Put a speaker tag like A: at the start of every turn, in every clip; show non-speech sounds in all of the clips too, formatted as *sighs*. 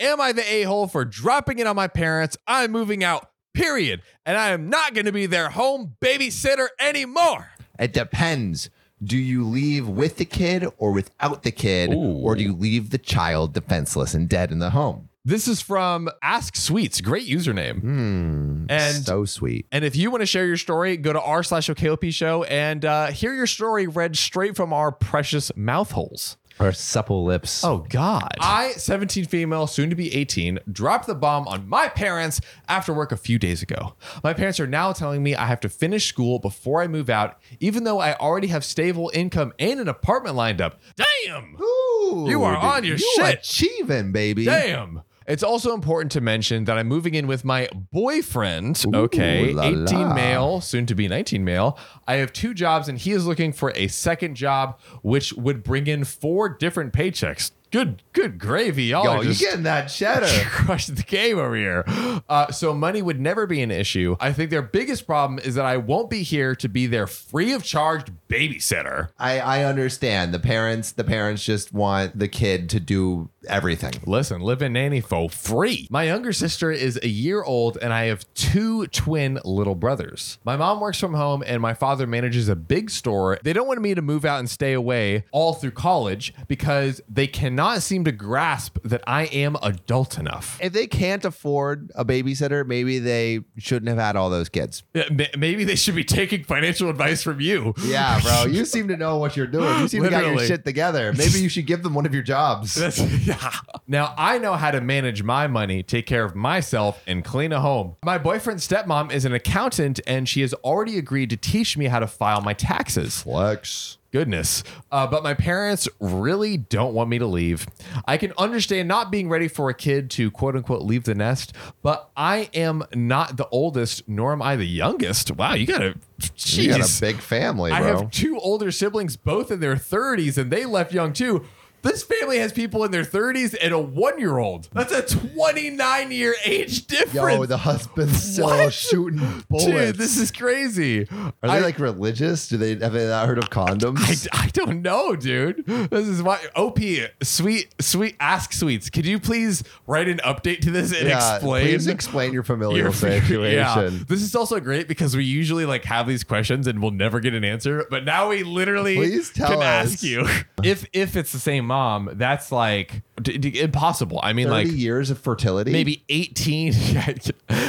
A: Am I the a hole for dropping it on my parents? I'm moving out, period. And I am not going to be their home babysitter anymore.
B: It depends. Do you leave with the kid or without the kid, or do you leave the child defenseless and dead in the home?
A: This is from Ask Sweets. Great username. and
B: so sweet.
A: And if you want to share your story, go to r slash OKOP show and uh, hear your story read straight from our precious mouth holes.
B: Her supple lips.
A: Oh, God. I, 17 female, soon to be 18, dropped the bomb on my parents after work a few days ago. My parents are now telling me I have to finish school before I move out, even though I already have stable income and an apartment lined up. Damn. You are
B: Oh, Dude,
A: on your
B: you
A: shit.
B: Achieving, baby.
A: Damn. It's also important to mention that I'm moving in with my boyfriend. okay.
B: la
A: 18
B: la.
A: male, soon to be 19 male. I have two jobs and he is looking for a second job, which would bring in four different paychecks. Good, good gravy. Y'all
B: Yo,
A: are
B: you
A: just
B: getting that *laughs* cheddar?
A: *laughs* crushed the game over here. Uh, so money would never be an issue. I think their biggest problem is that I won't be here to be their free of charge babysitter.
B: I, I understand the parents. The parents just want the kid to do everything.
A: Listen, live in nanny for free. My younger sister is a year old, and I have two twin little brothers. My mom works from home, and my father manages a big store. They don't want me to move out and stay away all through college because they cannot seem to grasp that I am adult enough. *laughs*
B: If they can't afford a babysitter, maybe they shouldn't have had all
A: *laughs*
B: those kids.
A: Uh, ma- Maybe they should be taking financial advice from you.
B: Yeah, bro. You seem to know what you're doing. You seem to got your
A: Literally.
B: shit together. Maybe you should give them one of
A: *laughs*
B: your jobs.
A: That's, yeah. Now I know how to manage my money, take care of myself, and clean a home. My boyfriend's stepmom is an accountant, and she has already agreed to teach me how to file my taxes.
B: Flex.
A: Goodness. Uh, but my parents really don't want me to leave. I can understand not being ready for a kid to quote unquote leave the nest, but I am not the oldest, nor am I the youngest. Wow, you got a jeez.
B: You got a big family, bro.
A: I have two older siblings, both in their 30s, and they left young too. This family has people in their 30s and a one year old. That's a 29 year age difference.
B: Yo, the husband's still
A: What?
B: shooting bullets.
A: Dude, this is crazy.
B: Are they
A: I-
B: like religious? Do they have they not heard of condoms?
A: I, I don't know, dude. This is why OP sweet sweet ask sweets. Could you please write an update to this and
B: Yeah,
A: explain?
B: Please explain your familial
A: your- *laughs*
B: situation.
A: yeah. This is also great because we usually like have these questions and we'll never get an answer, but now we literally
B: Please tell
A: can
B: us.
A: ask you *laughs* if if it's the same mom. That's like d- d- impossible. I mean,
B: 30
A: like
B: years of fertility.
A: maybe *laughs* 18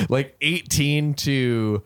A: like 18 to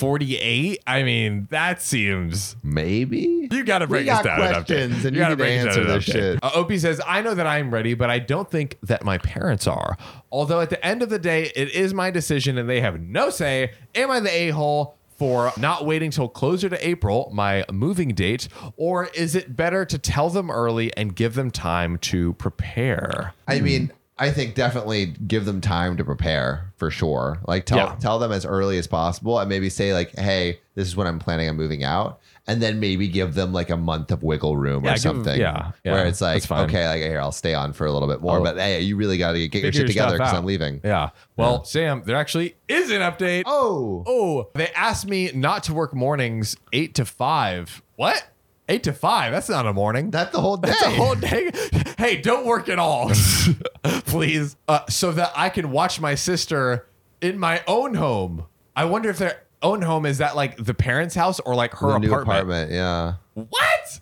A: 48 i mean that seems
B: Maybe.
A: you gotta break us
B: got
A: down an update.
B: questions, and you
A: gotta
B: need to
A: break us down
B: answer
A: an
B: this
A: update.
B: shit.
A: Uh, Opie says, I know that I'm ready, but I don't think that my parents are. Although at the end of the day, it is my decision and they have no say. Am I the a hole? For not waiting till closer to April, my moving date, or is it better to tell them early and give them time to prepare?
B: I mean, I think definitely give them time to prepare for sure. Like tell
A: Yeah.
B: tell them as early as possible and maybe say like, "Hey, this is when I'm planning on moving out." And then maybe give them like a month of wiggle room
A: Yeah,
B: or
A: give 'em-
B: something.
A: yeah, yeah,
B: where it's
A: that's
B: like,
A: fine.
B: okay, like here I'll stay on for a little bit more,
A: I'll-
B: but hey, you really got to get your
A: Figure
B: shit together
A: stuff
B: because
A: out.
B: I'm leaving.
A: Yeah. Well, Sam, there actually is an update.
B: Oh,
A: Oh, they asked me not to work mornings eight to five. What? Eight to five? That's not a morning.
B: that's the whole day.
A: That's a whole day. *laughs* Hey, don't work at all, *laughs* please, uh, so that I can watch my sister in my own home. I wonder if their own home is that like the parents' house or like her
B: The
A: apartment.
B: new apartment, yeah.
A: What?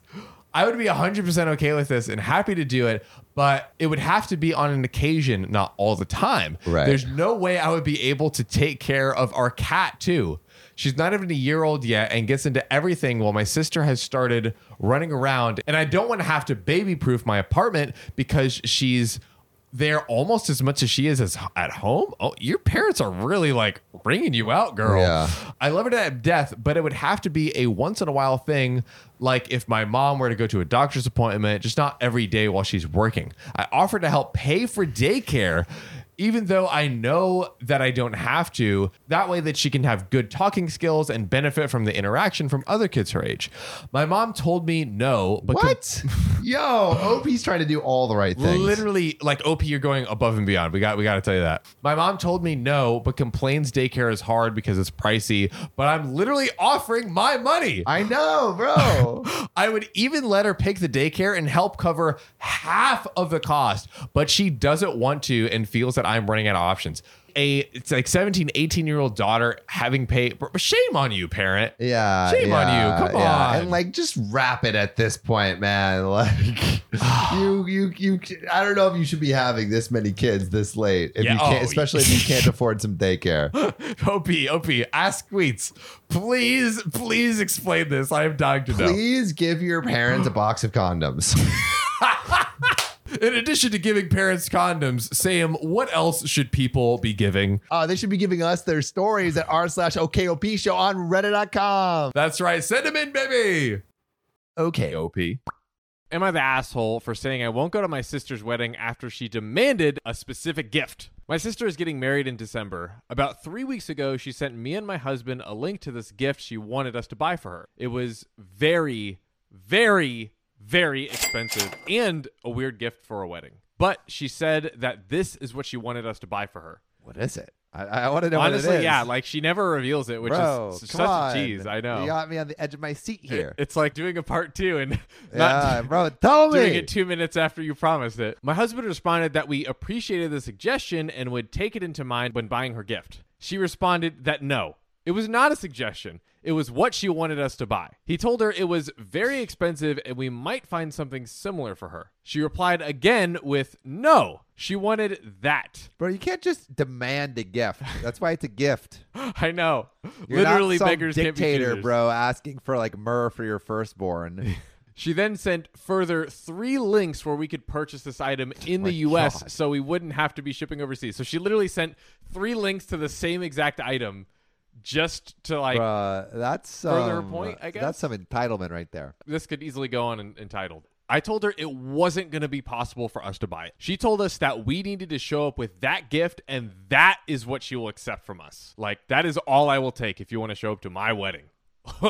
A: I would be 100% okay with this and happy to do it, but it would have to be on an occasion, not all the time.
B: Right.
A: There's no way I would be able to take care of our cat, too. She's not even a year old yet and gets into everything while my sister has started running around. And I don't want to have to baby proof my apartment because she's there almost as much as she is as at home. Oh, your parents are really like bringing you out, girl.
B: Yeah.
A: I love it at death, but it would have to be a once in a while thing. Like if my mom were to go to a doctor's appointment, just not every day while she's working. I offered to help pay for daycare. even though I know that I don't have to, that way that she can have good talking skills and benefit from the interaction from other kids her age. My mom told me no, but
C: What? Yo, OP's trying to do all the right things.
A: Literally, like OP, you're going above and beyond. We got we got to tell you that. My mom told me no, but complains daycare is hard because it's pricey. But I'm literally offering my money.
C: I know, bro.
A: I would even let her pick the daycare and help cover half of the cost, but she doesn't want to and feels that I'm running out of options. A it's like 17, 18 year old daughter having pay shame on you, parent. *laughs*
C: Yeah.
A: Shame on
C: yeah,
A: you. Come
C: yeah.
A: on.
C: And like just wrap it at this point, man. *laughs*
A: *sighs*
C: Like you you you I don't know if you should be having this many kids this late. If
A: Yeah,
C: you can't
A: oh.
C: especially if you
A: *laughs*
C: can't afford some daycare.
A: OP, OP, ask Squeets. Please, please explain this. I am dying to know.
C: Please give your parents a box of condoms. *laughs*
A: In addition to giving parents condoms, Sam, what else should people be giving?
C: Uh, they should be giving us their stories at r slash OKOP show on reddit.com.
A: That's right. Send them in, baby.
C: Okay.
A: OP. Am I the asshole for saying I won't go to my sister's wedding after she demanded a specific gift? My sister is getting married in December. About three weeks ago, she sent me and my husband a link to this gift she wanted us to buy for her. It was very, very, very expensive and a weird gift for a wedding. But she said that this is what she wanted us to buy for her.
C: What is it? I, I want to know what it
A: Honestly,
C: is.
A: yeah, like she never reveals it, which
C: Bro,
A: is
C: come
A: such
C: on.
A: a tease. I know.
C: You got me on the edge of my seat here.
A: It's like doing a part two and *laughs* not
C: yeah, bro, tell
A: *laughs*
C: me.
A: doing it two minutes after you promised it. My husband responded that we appreciated the suggestion and would take it into mind when buying her gift. She responded that no, it was not a suggestion. It was what she wanted us to buy. He told her it was very expensive and we might find something similar for her. She replied again with no. She wanted that. *gasps*
C: Bro, you can't just demand a gift. That's why it's
A: *gasps*
C: a gift.
A: I know.
C: You're
A: Literally,
C: not some
A: beggars can't be
C: dictator,
A: choosers.
C: bro, asking for like myrrh for
A: *laughs*
C: your firstborn.
A: She then sent further three links where we could purchase this item in the
C: my
A: US
C: God.
A: so we wouldn't have to be shipping overseas. So she literally sent three links to the same exact item just to like,
C: Bruh, that's some,
A: Further point, I guess?
C: That's some entitlement right there.
A: this could easily go on en- entitled. I told her it wasn't going to be possible for us to buy it. She told us that we needed to show up with that gift and that is what she will accept from us. Like, that is all I will take if you want to show up to my wedding. *laughs*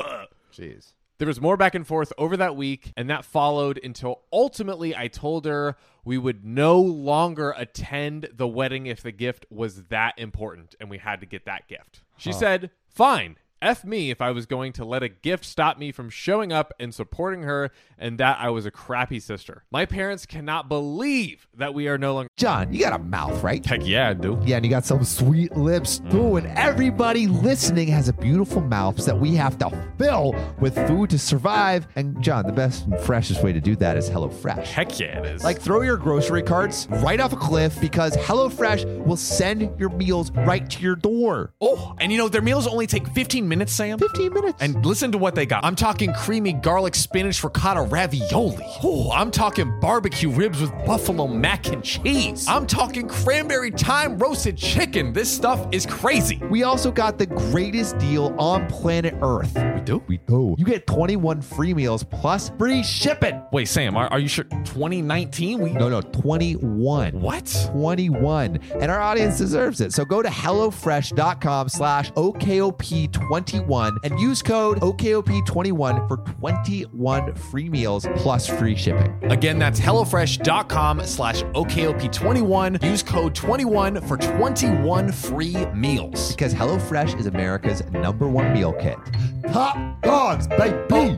C: Jeez.
A: There was more back and forth over that week, and that followed until ultimately I told her we would no longer attend the wedding if the gift was that important and we had to get that gift. She said, Fine, F me if I was going to let a gift stop me from showing up and supporting her and that I was a crappy sister. My parents cannot believe that we are no longer.
C: John, you got a mouth, right?
A: Heck yeah, dude.
C: Yeah, and you got some sweet lips
A: Mm.
C: too. And everybody listening has a beautiful mouth that we have to fill with food to survive. And John, the best and freshest way to do that is HelloFresh.
A: Heck yeah, it is.
C: Like throw your grocery carts right off a cliff because HelloFresh will send your meals right to your door.
B: Oh, and you know, their meals only take 15 minutes, Sam.
C: 15 minutes.
B: And listen to what they got. I'm talking creamy garlic spinach ricotta ravioli. Oh, I'm talking barbecue ribs with buffalo mac and cheese. I'm talking cranberry thyme roasted chicken. This stuff is crazy.
C: we also got the greatest deal on planet Earth. We do? We do. You get 21 free meals plus free shipping.
B: Wait, Sam, are, are you sure 2019? We
C: No, no, 21.
B: What?
C: 21 and our audience deserves it so go to hellofresh.com slash okop21 and use code okop21 for 21 free meals plus free shipping
B: Again, that's HelloFresh.com slash OKOP21. Use code 21 for 21 free meals.
C: because hellofresh is america's number one meal kit top dogs baby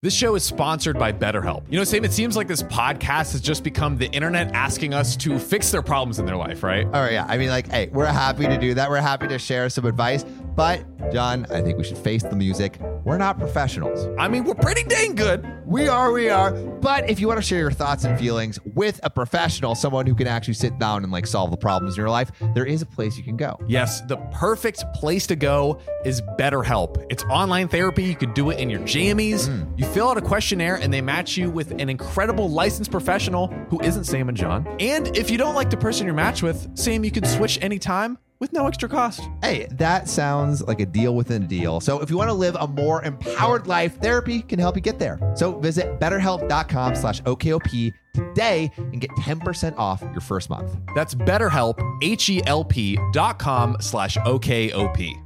B: This show is sponsored by BetterHelp. You know, Sam, it seems like this podcast has just become the internet asking us to fix their problems in their life, right?
C: all right yeah i mean like hey we're happy to do that we're happy to share some advice but john i think we should face the music we're not professionals
B: I mean, we're pretty dang good.
C: We are, we are. But if you want to share your thoughts and feelings with a professional, someone who can actually sit down and like solve the problems in your life, there is a place you can go.
B: Yes, the perfect place to go is BetterHelp. It's online therapy. You can do it in your jammies. You fill out a questionnaire and they match you with an incredible licensed professional who isn't Sam and John. And if you don't like the person you're matched with, Sam, you can switch anytime
D: with no extra cost.
C: Hey, that sounds like a deal within a deal. So if you want to live a more empowered life, therapy can help you get there. So visit betterhelp.com slash OKOP today and get 10% off your first month.
B: That's BetterHelp, H-E-L-P dot com slash O-K-O-P.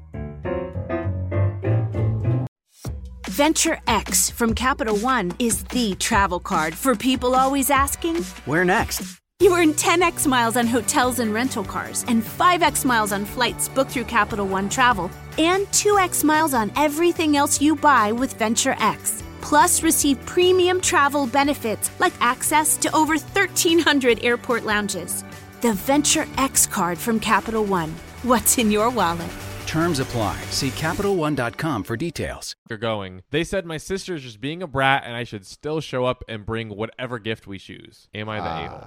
E: Venture X from Capital One is the travel card for people always asking,
D: Where next?
E: You earn 10x miles on hotels and rental cars, and 5x miles on flights booked through Capital One Travel, and 2x miles on everything else you buy with Venture X. Plus, receive premium travel benefits like access to over 1,300 airport lounges. The Venture X card from Capital One. What's in your wallet?
F: Terms apply. See CapitalOne.com for details.
A: You're going. They said my sister's just being a brat and I should still show up and bring whatever gift we choose. Am I the
C: Ah.
A: a hole?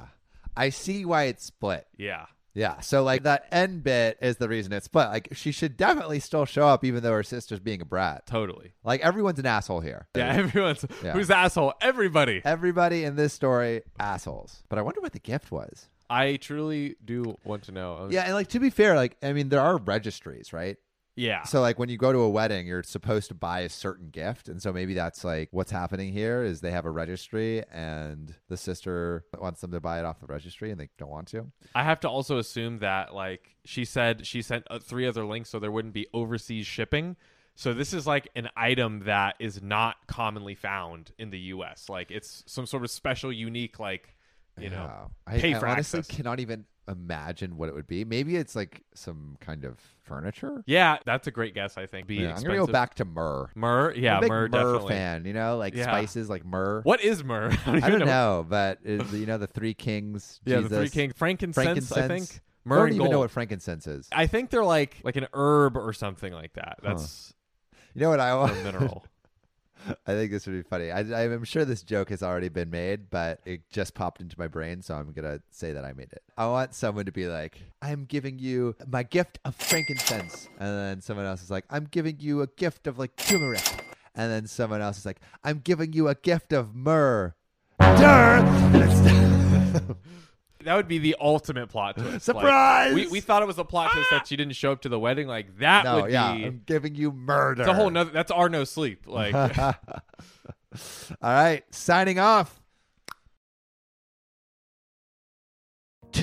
C: I see why it's split.
A: Yeah.
C: Yeah. So like that end bit is the reason it's split. Like she should definitely still show up even though her sister's being a brat.
A: Totally.
C: Like everyone's an asshole here.
A: Yeah, everyone's
C: Yeah.
A: who's the asshole? Everybody.
C: Everybody in this story, assholes. But I wonder what the gift was.
A: I truly do want to know.
C: Yeah, and like to be fair, like I mean, there are registries, right?
A: Yeah.
C: So like when you go to a wedding, you're supposed to buy a certain gift, and so maybe that's like what's happening here is they have a registry, and the sister wants them to buy it off the registry, and they don't want to.
A: I have to also assume that like she said she sent uh, three other links so there wouldn't be overseas shipping. So this is like an item that is not commonly found in the US. Like it's some sort of special unique like you know
C: Yeah. I,
A: pay
C: I
A: for
C: honestly
A: access.
C: cannot even imagine what it would be. Maybe it's like some kind of furniture.
A: Yeah, that's a great guess I think. Be
C: Yeah, I'm
A: expensive.
C: gonna go back to myrrh.
A: Myrrh, yeah,
C: I'm a big
A: myrrh,
C: myrrh
A: definitely.
C: fan. You know, like
A: Yeah.
C: spices like myrrh.
A: What is myrrh? *laughs* I don't,
C: I
A: even
C: don't know, but is, you know the three kings.
A: *laughs* Yeah, the three
C: Jesus,
A: kings, frankincense, I think.
C: I
A: Myrrh
C: don't
A: and
C: even
A: gold.
C: know what frankincense is.
A: I think they're like like an herb or something like that. That's
C: You know
A: *laughs*
C: what I
A: a
C: want?
A: mineral.
C: *laughs* I think this would be funny. I, I'm sure this joke has already been made, but it just popped into my brain, so I'm gonna say that I made it. I want someone to be like, "I'm giving you my gift of frankincense," and then someone else is like, "I'm giving you a gift of like turmeric," and then someone else is like, "I'm giving you a gift of myrrh." Durr! And it's-
A: That would be the ultimate plot twist. Like,
C: Surprise!
A: we, we thought it was a plot twist that she didn't show up to the wedding. Like that
C: no,
A: would
C: yeah,
A: be
C: I'm giving you murder.
A: it's a whole nother that's our no sleep. Like
C: *laughs* *laughs* All right, signing off.